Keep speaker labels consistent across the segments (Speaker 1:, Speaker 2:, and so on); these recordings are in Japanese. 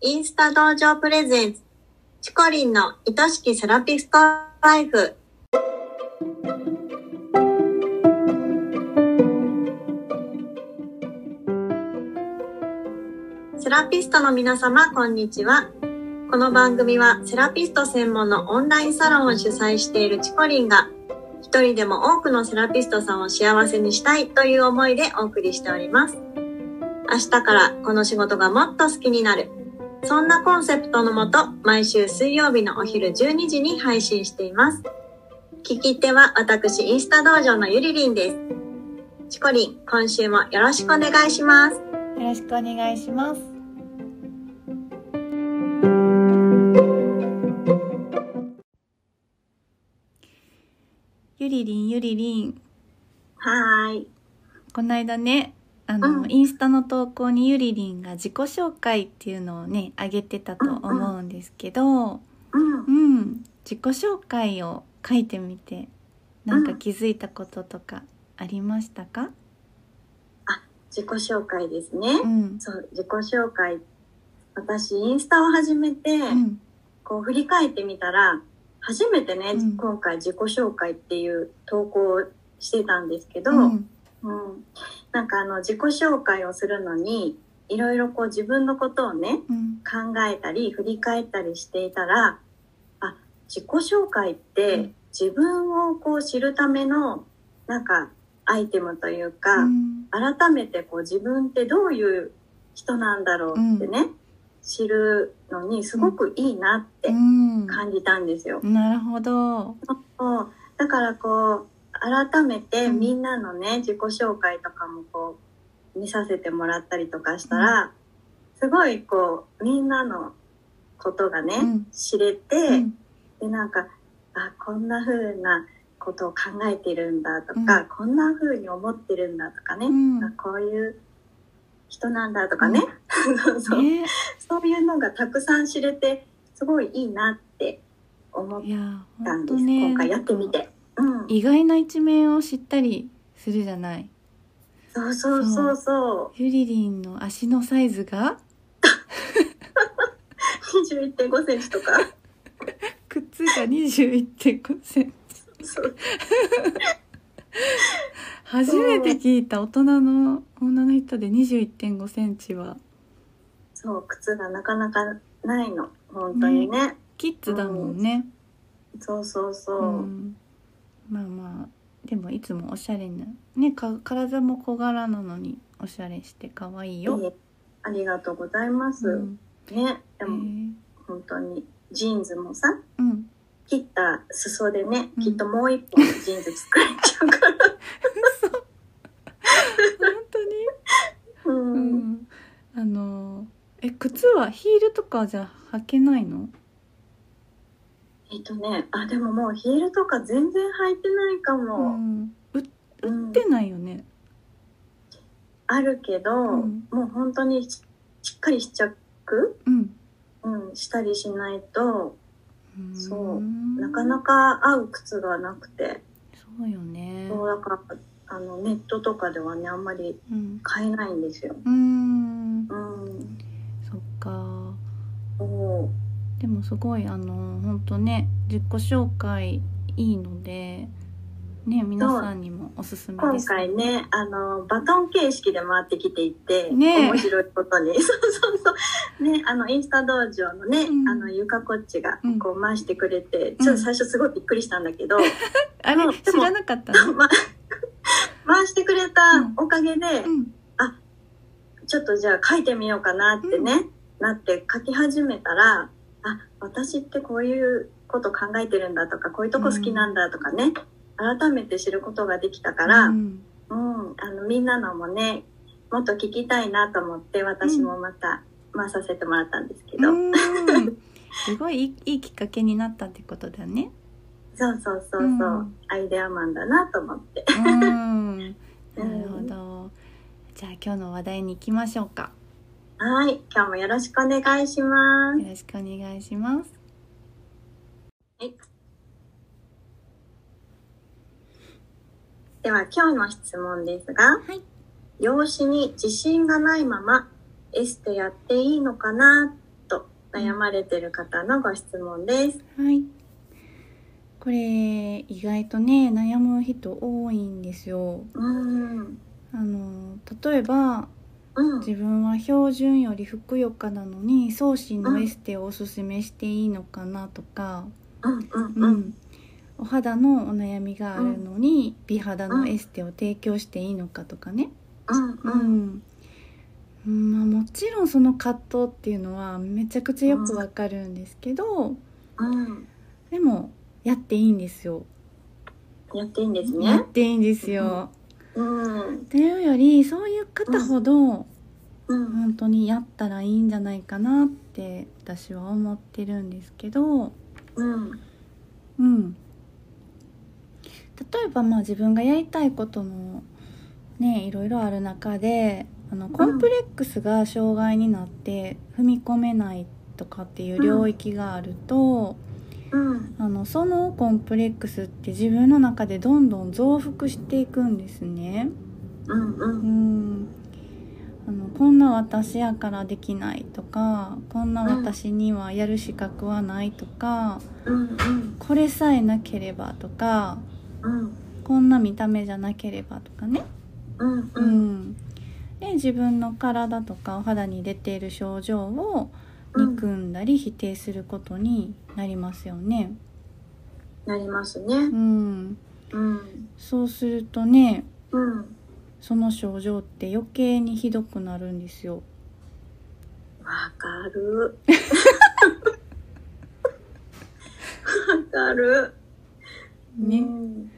Speaker 1: インスタ道場プレゼンツ、チコリンの愛しきセラピストライフ。セラピストの皆様、こんにちは。この番組はセラピスト専門のオンラインサロンを主催しているチコリンが、一人でも多くのセラピストさんを幸せにしたいという思いでお送りしております。明日からこの仕事がもっと好きになる。そんなコンセプトのもと、毎週水曜日のお昼12時に配信しています。聞き手は私、インスタ道場のゆりりんです。チコリン、今週もよろしくお願いします。
Speaker 2: よろしくお願いします。ゆりりんゆりりん、
Speaker 1: はーい。
Speaker 2: この間ね、あ
Speaker 1: う
Speaker 2: の、
Speaker 1: ん
Speaker 2: インスタの投稿にゆりりんが自己紹介っていうのをね、あげてたと思うんですけど、
Speaker 1: うん
Speaker 2: う。ん、自己紹介を書いてみて、なんか気づいたこととかありましたか？
Speaker 1: 自己紹介ですね。
Speaker 2: うん、
Speaker 1: そう、自己紹介。私、インスタを始めて、
Speaker 2: うん、
Speaker 1: こう振り返ってみたら、初めてね、
Speaker 2: うん
Speaker 1: 今回自己紹介っていう投稿をしてたんですけど、
Speaker 2: う
Speaker 1: う
Speaker 2: ん、
Speaker 1: ん、なんかあの自己紹介をするのにいろいろこう自分のことをね
Speaker 2: うん、
Speaker 1: 考えたり振り返ったりしていたらあ自己紹介っ
Speaker 2: う
Speaker 1: て
Speaker 2: ん
Speaker 1: 自分をこう知るためのなんかアイテムというか、
Speaker 2: うん、
Speaker 1: 改めてこう自分ってどういう人なんだろうってね、知るのにすごくいいなって
Speaker 2: うん、
Speaker 1: 感じたんですよ。
Speaker 2: なるほど。
Speaker 1: そうだからこう改めて
Speaker 2: うん
Speaker 1: みんなのね、自己紹介とかもこう見させてもらったりとかしたら、すごいこうみんなのことがね、
Speaker 2: うん
Speaker 1: 知れて、
Speaker 2: うん
Speaker 1: でなんかあこんな風なことを考えてるんだとか、
Speaker 2: うん
Speaker 1: こんな風に思ってるんだとかね、
Speaker 2: うん
Speaker 1: あこういう人なんだとかね、 そうそう
Speaker 2: ね、
Speaker 1: そういうのがたくさん知れてすごいいいなって思っ
Speaker 2: いや、
Speaker 1: たん
Speaker 2: 本
Speaker 1: で
Speaker 2: 当
Speaker 1: す、
Speaker 2: ね。
Speaker 1: 今回やってみて。うん、
Speaker 2: 意外な一面を知ったりするじゃない。
Speaker 1: そうそうそうそ
Speaker 2: ゆりりんの足のサイズが
Speaker 1: う21.5センチと か
Speaker 2: 靴が21.5センチ。
Speaker 1: そう
Speaker 2: 初めて聞いた大人の女の人で21.5センチは
Speaker 1: そう靴がなかなかないの本当にね
Speaker 2: キッズだもんね。
Speaker 1: そうそうそうう、
Speaker 2: ん。まあまあでもいつもおしゃれなねか体も小柄なのにおしゃれして可愛いよ。
Speaker 1: いえありがとうございます、
Speaker 2: うん。
Speaker 1: ねで
Speaker 2: へえ
Speaker 1: も本当にジーンズもさ
Speaker 2: うん。
Speaker 1: 切った裾でね、
Speaker 2: うん
Speaker 1: きっともう一本ジーンズ作れちゃうから
Speaker 2: 本当に。
Speaker 1: う、
Speaker 2: うんん、あのえ靴はヒールとかじゃ履けないの？
Speaker 1: えっとねあでももうヒールとか全然履いてないか
Speaker 2: う
Speaker 1: も、
Speaker 2: ん、売っ
Speaker 1: うん
Speaker 2: てないよね。
Speaker 1: あるけど、
Speaker 2: ん
Speaker 1: もう本当にししっかり試着、
Speaker 2: うん。
Speaker 1: うん、したりしないとそう
Speaker 2: う
Speaker 1: なかな。か合う靴がなくて、
Speaker 2: そうよね。
Speaker 1: そうだからあのネットとかではねあんまり
Speaker 2: うん。
Speaker 1: 買えないんですよ。
Speaker 2: うん
Speaker 1: う。ん、
Speaker 2: そっか。
Speaker 1: そう
Speaker 2: でもすごいあの本当ね自己紹介いいので。ね、皆さんにもおすすめで
Speaker 1: 今
Speaker 2: す。
Speaker 1: 回ねあのバトン形式で回ってきていて、
Speaker 2: ねえ
Speaker 1: 面白いことに そうそうそう、ね、あのインスタ道場のね、
Speaker 2: うん
Speaker 1: あのゆかこっちが
Speaker 2: うん
Speaker 1: こう回してくれて、ちょっと最初すごいびっくりしたんだけど、
Speaker 2: あ
Speaker 1: う
Speaker 2: れ
Speaker 1: ん
Speaker 2: 知らなかったの？
Speaker 1: ま、回してくれたおかげで、
Speaker 2: うん。
Speaker 1: ちょっとじゃあ書いてみようかなってね、なって書き始めたら、あ、私ってこういうこと考えてるんだとか、こういうとこ好きなんだとかね、改めて知ることができたから、
Speaker 2: う
Speaker 1: うん、
Speaker 2: ん。
Speaker 1: あの、みんなのもね、もっと聞きたいなと思って、私もまた回させてもらったんですけど、
Speaker 2: うん すごいいいいいきっかけになったってことだね。
Speaker 1: そうそうそうそう、
Speaker 2: うん
Speaker 1: アイデアマンだなと思って。
Speaker 2: うんなるほど。じゃあ今日の話題に行きましょうか。
Speaker 1: はい、今日もよろしくお願いします。
Speaker 2: よろしくお願いします。
Speaker 1: では今日の質問ですが、
Speaker 2: はい
Speaker 1: 容姿に自信がないままエステやっていいのかなと悩まれてる方のご質問です。
Speaker 2: はい。これ意外とね悩む人多いんですよ。
Speaker 1: うん。
Speaker 2: あの例えば
Speaker 1: うん。
Speaker 2: 自分は標準よりふくよかなのに送信のエステをおすすめしていいのかなとか、
Speaker 1: うん。うん。
Speaker 2: う
Speaker 1: うん。
Speaker 2: ん、お肌のお悩みがあるのに美肌のエステを提供していいのかとかね。
Speaker 1: う。
Speaker 2: うんんまあ、もちろんその葛藤っていうのはめちゃくちゃよくわかるんですけど、
Speaker 1: うん。
Speaker 2: でもやっていいんですよ。
Speaker 1: やっていいんです
Speaker 2: や
Speaker 1: ね
Speaker 2: っ。ていいんですよ。
Speaker 1: うん。
Speaker 2: というよりそういう方ほど
Speaker 1: うん。
Speaker 2: 本当にやったらいいんじゃないかなって私は思ってるんですけど、
Speaker 1: うん。
Speaker 2: うん、例えばまあ自分がやりたいこともねいろいろある中であのコンプレックスが障害になって踏み込めないとかっていう領域があると、
Speaker 1: うん。
Speaker 2: あのそのコンプレックスって自分の中でどんどん増幅していくんですね。
Speaker 1: うん。う。
Speaker 2: うんんあのこんな私やからできないとかこんな私にはやる資格はないとか、
Speaker 1: うん。うん。
Speaker 2: これさえなければとか
Speaker 1: うん。
Speaker 2: こんな見た目じゃなければとかね、
Speaker 1: うん。
Speaker 2: う
Speaker 1: うん。
Speaker 2: ん、で自分の体とかお肌に出ている症状を憎んだり否定することになりますよね。
Speaker 1: なりますね
Speaker 2: う。ん、
Speaker 1: うん。
Speaker 2: そうするとね
Speaker 1: うん。
Speaker 2: その症状って余計にひどくなるんですよ。
Speaker 1: わかる。わかる。
Speaker 2: ね
Speaker 1: うん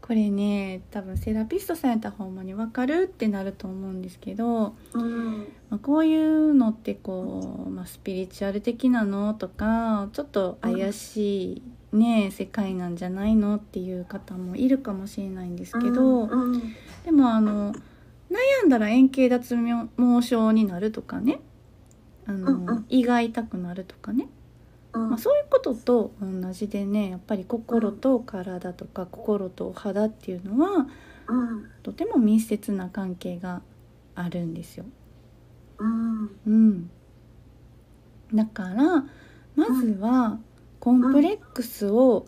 Speaker 2: これね多分セラピストさんやったらほんまに分かるってなると思うんですけど、
Speaker 1: うん。
Speaker 2: まあ、こういうのってこう、まあ、スピリチュアル的なのとかちょっと怪しいね、世界なんじゃないのっていう方もいるかもしれないんですけど、
Speaker 1: うん。
Speaker 2: でもあの悩んだら円形脱毛症になるとかねあの、
Speaker 1: うんうん
Speaker 2: 胃が痛くなるとかね、
Speaker 1: うん
Speaker 2: まあ、そういうことと同じでねやっぱり心と体とか心とお肌っていうのは
Speaker 1: うん。
Speaker 2: とても密接な関係があるんですよ。
Speaker 1: うん。
Speaker 2: うん、だからまずはコンプレックスを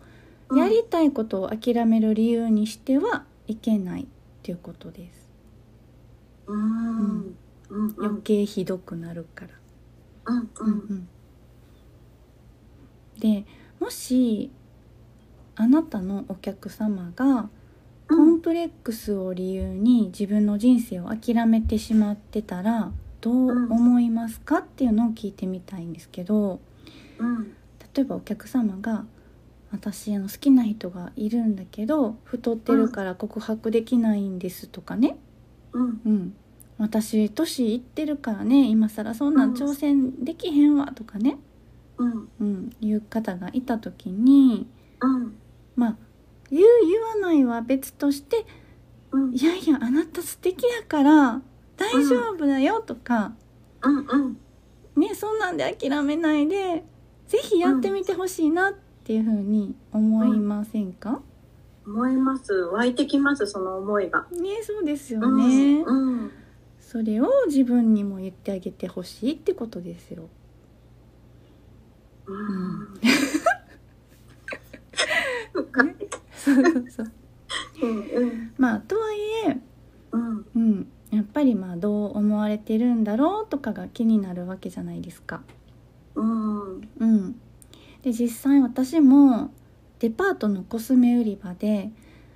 Speaker 2: やりたいことを諦める理由にしてはいけないっていうことです。
Speaker 1: うん。うん。うん。う
Speaker 2: 余
Speaker 1: ん。
Speaker 2: 計ひどくなるから。
Speaker 1: うん。う。
Speaker 2: うんんうん、でもしあなたのお客様がコンプレックスを理由に自分の人生を諦めてしまってたらどう思いますかっていうのを聞いてみたいんですけど
Speaker 1: うん。
Speaker 2: 例えばお客様が「私あの好きな人がいるんだけど太ってるから告白できないんです」とかね
Speaker 1: うん。
Speaker 2: 「うん、私年いってるからね今更そんなん挑戦できへんわ」とかね、
Speaker 1: うん。
Speaker 2: うん、いう方がいた時に
Speaker 1: うん。
Speaker 2: まあ言う言わないは別として
Speaker 1: うん
Speaker 2: い。やいやあなた素敵やから大丈夫だよとか、
Speaker 1: うん。うん。
Speaker 2: ねそんなんで諦めないでぜひやってみてほしいなっていうふうに思いませんか、
Speaker 1: 思います。湧いてきます。その思いが。
Speaker 2: ねそうですよ
Speaker 1: うん
Speaker 2: ね、
Speaker 1: うん。
Speaker 2: それを自分にも言ってあげてほしいってことですよ
Speaker 1: うん。
Speaker 2: そうそうそう
Speaker 1: うん。うん。
Speaker 2: まあとはいえ
Speaker 1: うん。
Speaker 2: うんやっぱりまあどう思われてるんだろうとかが気になるわけじゃないですか
Speaker 1: うん。
Speaker 2: うん、で実際私もデパートのコスメ売り場で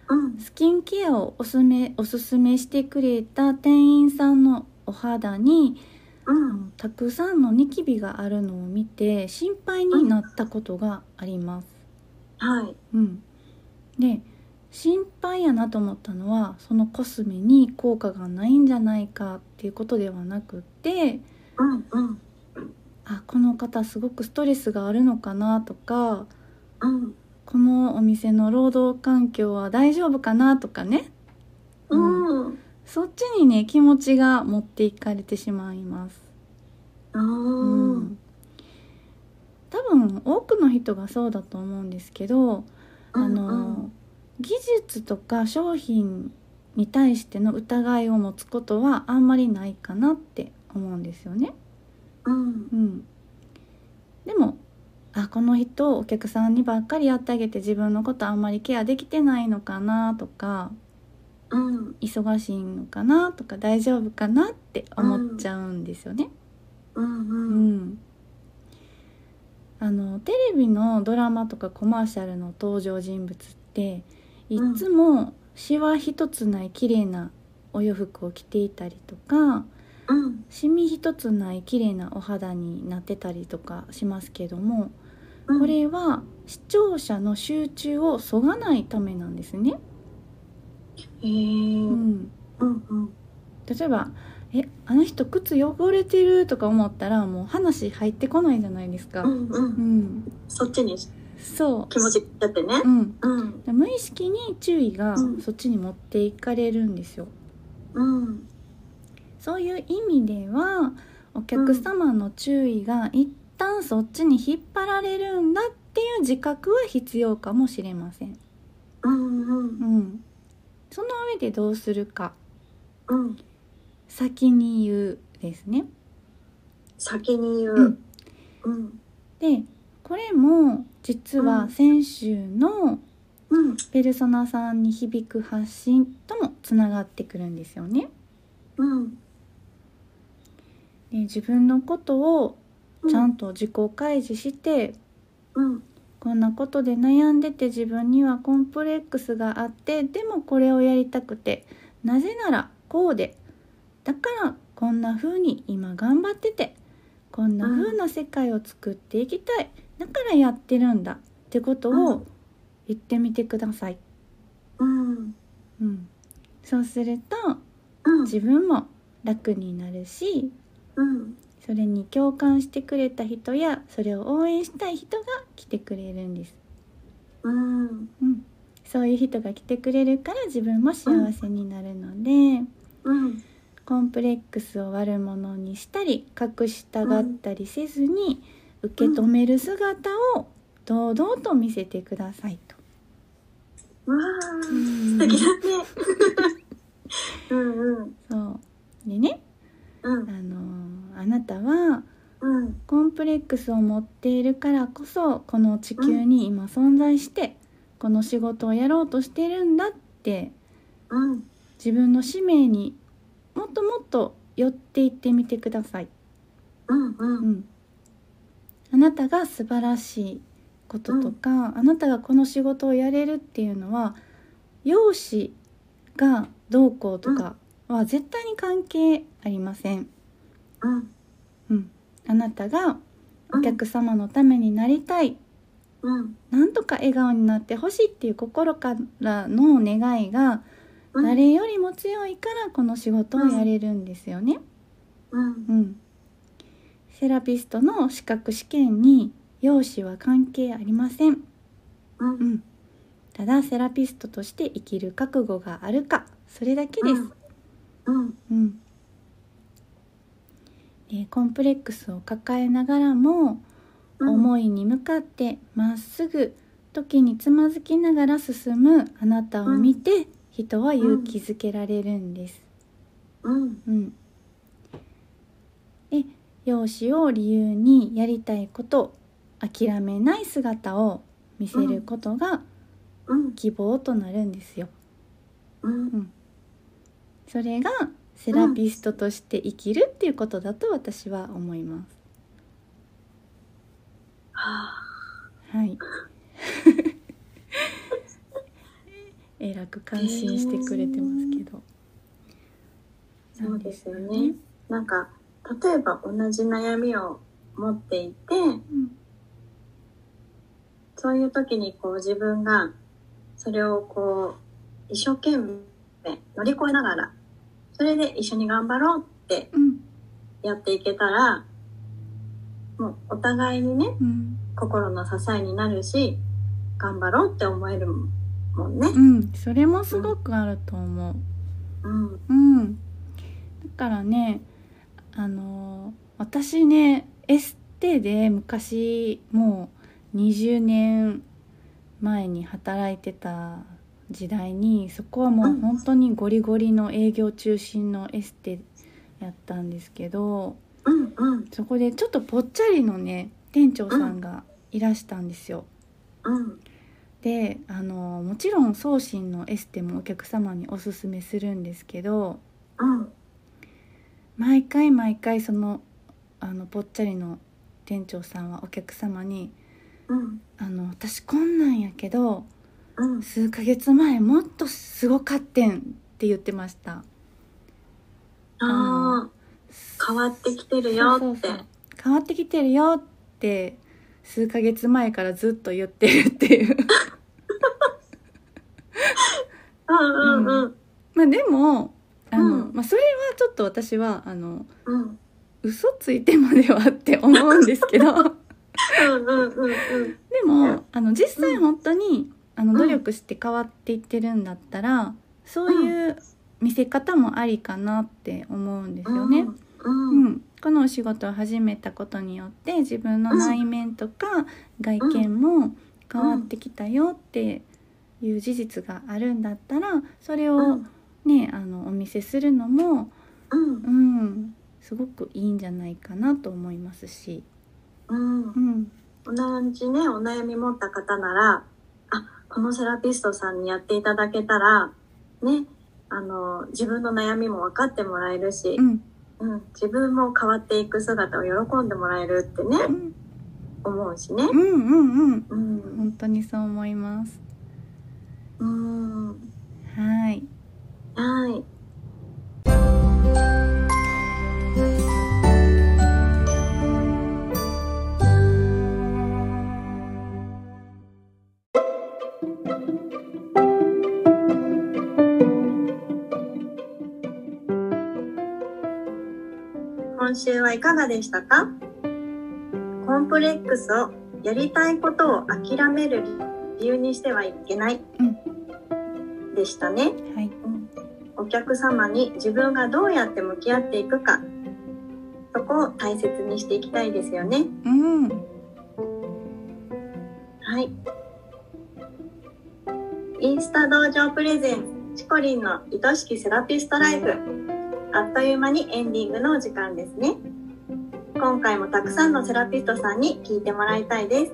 Speaker 1: うん。
Speaker 2: スキンケアをおすすめおすすめしてくれた店員さんのお肌にあ
Speaker 1: うん。
Speaker 2: のたくさんのニキビがあるのを見て心配になったことがあります。
Speaker 1: はい。
Speaker 2: うん、で心配やなと思ったのはそのコスメに効果がないんじゃないかっていうことではなくって
Speaker 1: うん。うん。
Speaker 2: あこの方すごくストレスがあるのかなとか
Speaker 1: うん。
Speaker 2: このお店の労働環境は大丈夫かなとかね、
Speaker 1: うん。
Speaker 2: そっちにね気持ちが持っていかれてしまいます、
Speaker 1: うん。
Speaker 2: 多分多くの人がそうだと思うんですけど、あの技術とか商品に対しての疑いを持つことはあんまりないかなって思うんですよね。
Speaker 1: うん
Speaker 2: うん、あこの人お客さんにばっかりやってあげて自分のことあんまりケアできてないのかなとか
Speaker 1: うん
Speaker 2: 忙しいのかなとか大丈夫かなって思っちゃうんですよね。
Speaker 1: うん
Speaker 2: う
Speaker 1: うん
Speaker 2: んあのテレビのドラマとかコマーシャルの登場人物ってい
Speaker 1: うん
Speaker 2: つもシワ一つない綺麗なお洋服を着ていたりとか
Speaker 1: うん
Speaker 2: シミ一つない綺麗なお肌になってたりとかしますけども
Speaker 1: うん
Speaker 2: これは視聴者の集中をそがないためなんですね。
Speaker 1: へえ
Speaker 2: う
Speaker 1: うん
Speaker 2: ん、
Speaker 1: うん
Speaker 2: 例えば「えあの人靴汚れてる」とか思ったらもう話入ってこないじゃないですか。
Speaker 1: う
Speaker 2: うん
Speaker 1: んうんそっちに
Speaker 2: そ
Speaker 1: 気持ちだってね
Speaker 2: う、うん、
Speaker 1: うん
Speaker 2: 無意識に注意が
Speaker 1: うん
Speaker 2: そっちに持っていかれるんですよ。
Speaker 1: うん
Speaker 2: そういう意味ではお客様の注意が一旦そっちに引っ張られるんだっていう自覚は必要かもしれません。
Speaker 1: うんう
Speaker 2: うんん、その上でどうするか
Speaker 1: うん
Speaker 2: 先に言うですね。
Speaker 1: 先に言
Speaker 2: うん
Speaker 1: ううん
Speaker 2: でこれも実
Speaker 1: う
Speaker 2: は
Speaker 1: ん
Speaker 2: 先週の
Speaker 1: うん
Speaker 2: ペルソナさんに響く発信ともつながってくるんですよね。
Speaker 1: うん
Speaker 2: で自分のことを
Speaker 1: うん
Speaker 2: ちゃんと自己開示して、
Speaker 1: うん
Speaker 2: こんなことで悩んでて自分にはコンプレックスがあってでもこれをやりたくてなぜならこうでだからこんな風に今頑張っててこんな風な世界を作っていきたい、だからやってるんだってこと
Speaker 1: う
Speaker 2: を
Speaker 1: ん
Speaker 2: 言ってみてください。
Speaker 1: うん
Speaker 2: うん、そうすると
Speaker 1: うん
Speaker 2: 自分も楽になるし
Speaker 1: うん
Speaker 2: それに共感してくれた人やそれを応援したい人が来てくれるんです。
Speaker 1: うん
Speaker 2: うん、そういう人が来てくれるから自分も幸せになるので、
Speaker 1: うん
Speaker 2: コンプレックスを悪者にしたり隠したがったりせずに、受け止める姿を堂々と見せてくださいと。
Speaker 1: うわー素敵だねうんうん
Speaker 2: そうでね、
Speaker 1: う
Speaker 2: あ
Speaker 1: ん
Speaker 2: のーあなたは
Speaker 1: うん
Speaker 2: コンプレックスを持っているからこそこの地球に今存在して、この仕事をやろうとしてるんだって
Speaker 1: うん
Speaker 2: 自分の使命にもっともっと寄っていってみてください、
Speaker 1: うんう
Speaker 2: うんん、あなたが素晴らしいこととか、あなたがこの仕事をやれるっていうのは容姿がどうこうとかは絶対に関係ありません、
Speaker 1: うん
Speaker 2: うん、あなたがお客様のためになりたい、
Speaker 1: うん
Speaker 2: なんとか笑顔になってほしいっていう心からの願いが
Speaker 1: うん
Speaker 2: 誰よりも強いからこの仕事をやれるんですよね。
Speaker 1: うん
Speaker 2: うん、セラピストの資格試験に容姿は関係ありません。
Speaker 1: うん
Speaker 2: う
Speaker 1: うん
Speaker 2: ん、ただセラピストとして生きる覚悟があるかそれだけです。
Speaker 1: うん
Speaker 2: うんでコンプレックスを抱えながらも
Speaker 1: うん
Speaker 2: 思いに向かってまっすぐ時につまずきながら進むあなたを見て人は勇気づけられるんです。
Speaker 1: うん
Speaker 2: うん、で容姿を理由にやりたいこと諦めない姿を見せることが
Speaker 1: うん
Speaker 2: 希望となるんですよ。
Speaker 1: うん
Speaker 2: それがセラピストとして生きるっていうことだと私は思います。
Speaker 1: はあ
Speaker 2: はい。 えらく感心してくれてますけど。
Speaker 1: そうですよね。なんか例えば同じ悩みを持っていて
Speaker 2: うん、
Speaker 1: そういう時にこう自分がそれをこう一生懸命乗り越えながらそれで一緒に頑張ろうって
Speaker 2: うん、
Speaker 1: やっていけたらもうお互いにね
Speaker 2: うん、
Speaker 1: 心の支えになるし頑張ろうって思えるもんね。
Speaker 2: うん、それもすごくあると思
Speaker 1: う
Speaker 2: う。
Speaker 1: ん
Speaker 2: うん。だからね、あの私ね、エステで昔もう20年前に働いてた時代に、そこはもう本当にゴリゴリの営業中心のエステやったんですけど、
Speaker 1: うんうん
Speaker 2: そこでちょっとぽっちゃりのね、店長さんがいらしたんですよ。
Speaker 1: うん
Speaker 2: であのもちろん送信のエステもお客様におすすめするんですけど
Speaker 1: うん
Speaker 2: 毎回毎回そのあのぽっちゃりの店長さんはお客様に
Speaker 1: うん
Speaker 2: 「あの私こんなんやけど
Speaker 1: うん
Speaker 2: 数ヶ月前もっとすごかってん」って言ってました。あ
Speaker 1: ああ変わってきてるよ
Speaker 2: そう
Speaker 1: って
Speaker 2: そうそう変わってきてるよって数ヶ月前からずっと言ってるっていう
Speaker 1: うんうんうん
Speaker 2: まあでもあの、
Speaker 1: うん
Speaker 2: まあ、それはちょっと私はあの
Speaker 1: うん
Speaker 2: 嘘ついてまではって思うんですけど で
Speaker 1: うんうんうんうん
Speaker 2: もあの実際
Speaker 1: うん
Speaker 2: 本当に、あの
Speaker 1: うん
Speaker 2: 努力して変わっていってるんだったらそういう見せ方もありかなって思うんですよね。
Speaker 1: うん
Speaker 2: う
Speaker 1: うん
Speaker 2: ん、このお仕事を始めたことによって自分の内面とか外見も変わってきたよっていう事実があるんだったらそれ
Speaker 1: う
Speaker 2: を
Speaker 1: ん
Speaker 2: ねあのお見せするのも、
Speaker 1: うん
Speaker 2: うん、すごくいいんじゃないかなと思いますし、
Speaker 1: うん
Speaker 2: うん、
Speaker 1: 同じね、お悩み持った方なら、あ、このセラピストさんにやっていただけたら、ね、あの、自分の悩みも分かってもらえるし
Speaker 2: う、ん
Speaker 1: うん、自分も変わっていく姿を喜んでもらえるってね、
Speaker 2: うん
Speaker 1: 思うしね。
Speaker 2: うんうんうん
Speaker 1: うん。
Speaker 2: 本当にそう思います。
Speaker 1: うん。
Speaker 2: はい
Speaker 1: はい。今週はいかがでしたかコンプレックスをやりたいことを諦める理由にしてはいけない、でしたね。
Speaker 2: はい
Speaker 1: お客様に自分がどうやって向き合っていくかそこを大切にしていきたいですよね
Speaker 2: うん
Speaker 1: はいインスタ道場プレゼンツチコリンの愛しきセラピストライフあっという間にエンディングのお時間ですね今回もたくさんのセラピストさんに聞いてもらいたいです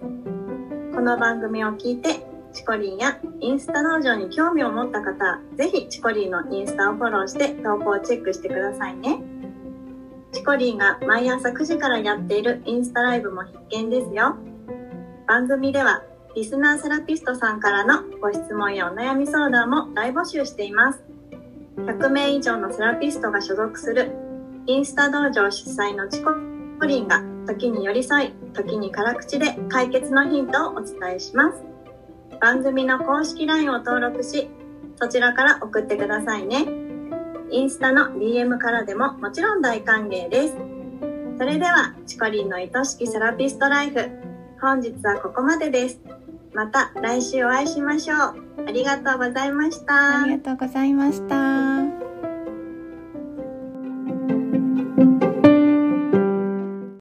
Speaker 1: この番組を聞いてチコリンやインスタ道場に興味を持った方ぜひチコリンのインスタをフォローして投稿をチェックしてくださいねチコリンが毎朝9時からやっているインスタライブも必見ですよ番組ではリスナーセラピストさんからのご質問やお悩み相談も大募集しています100名以上のセラピストが所属するインスタ道場主催のチコリンが時に寄り添い時に辛口で解決のヒントをお伝えします番組の公式 LINE を登録しそちらから送ってくださいねインスタの DM からでももちろん大歓迎ですそれではチコリンの愛しきセラピストライフ本日はここまでですまた来週お会いしましょうありがとうございました
Speaker 2: ありがとうございました。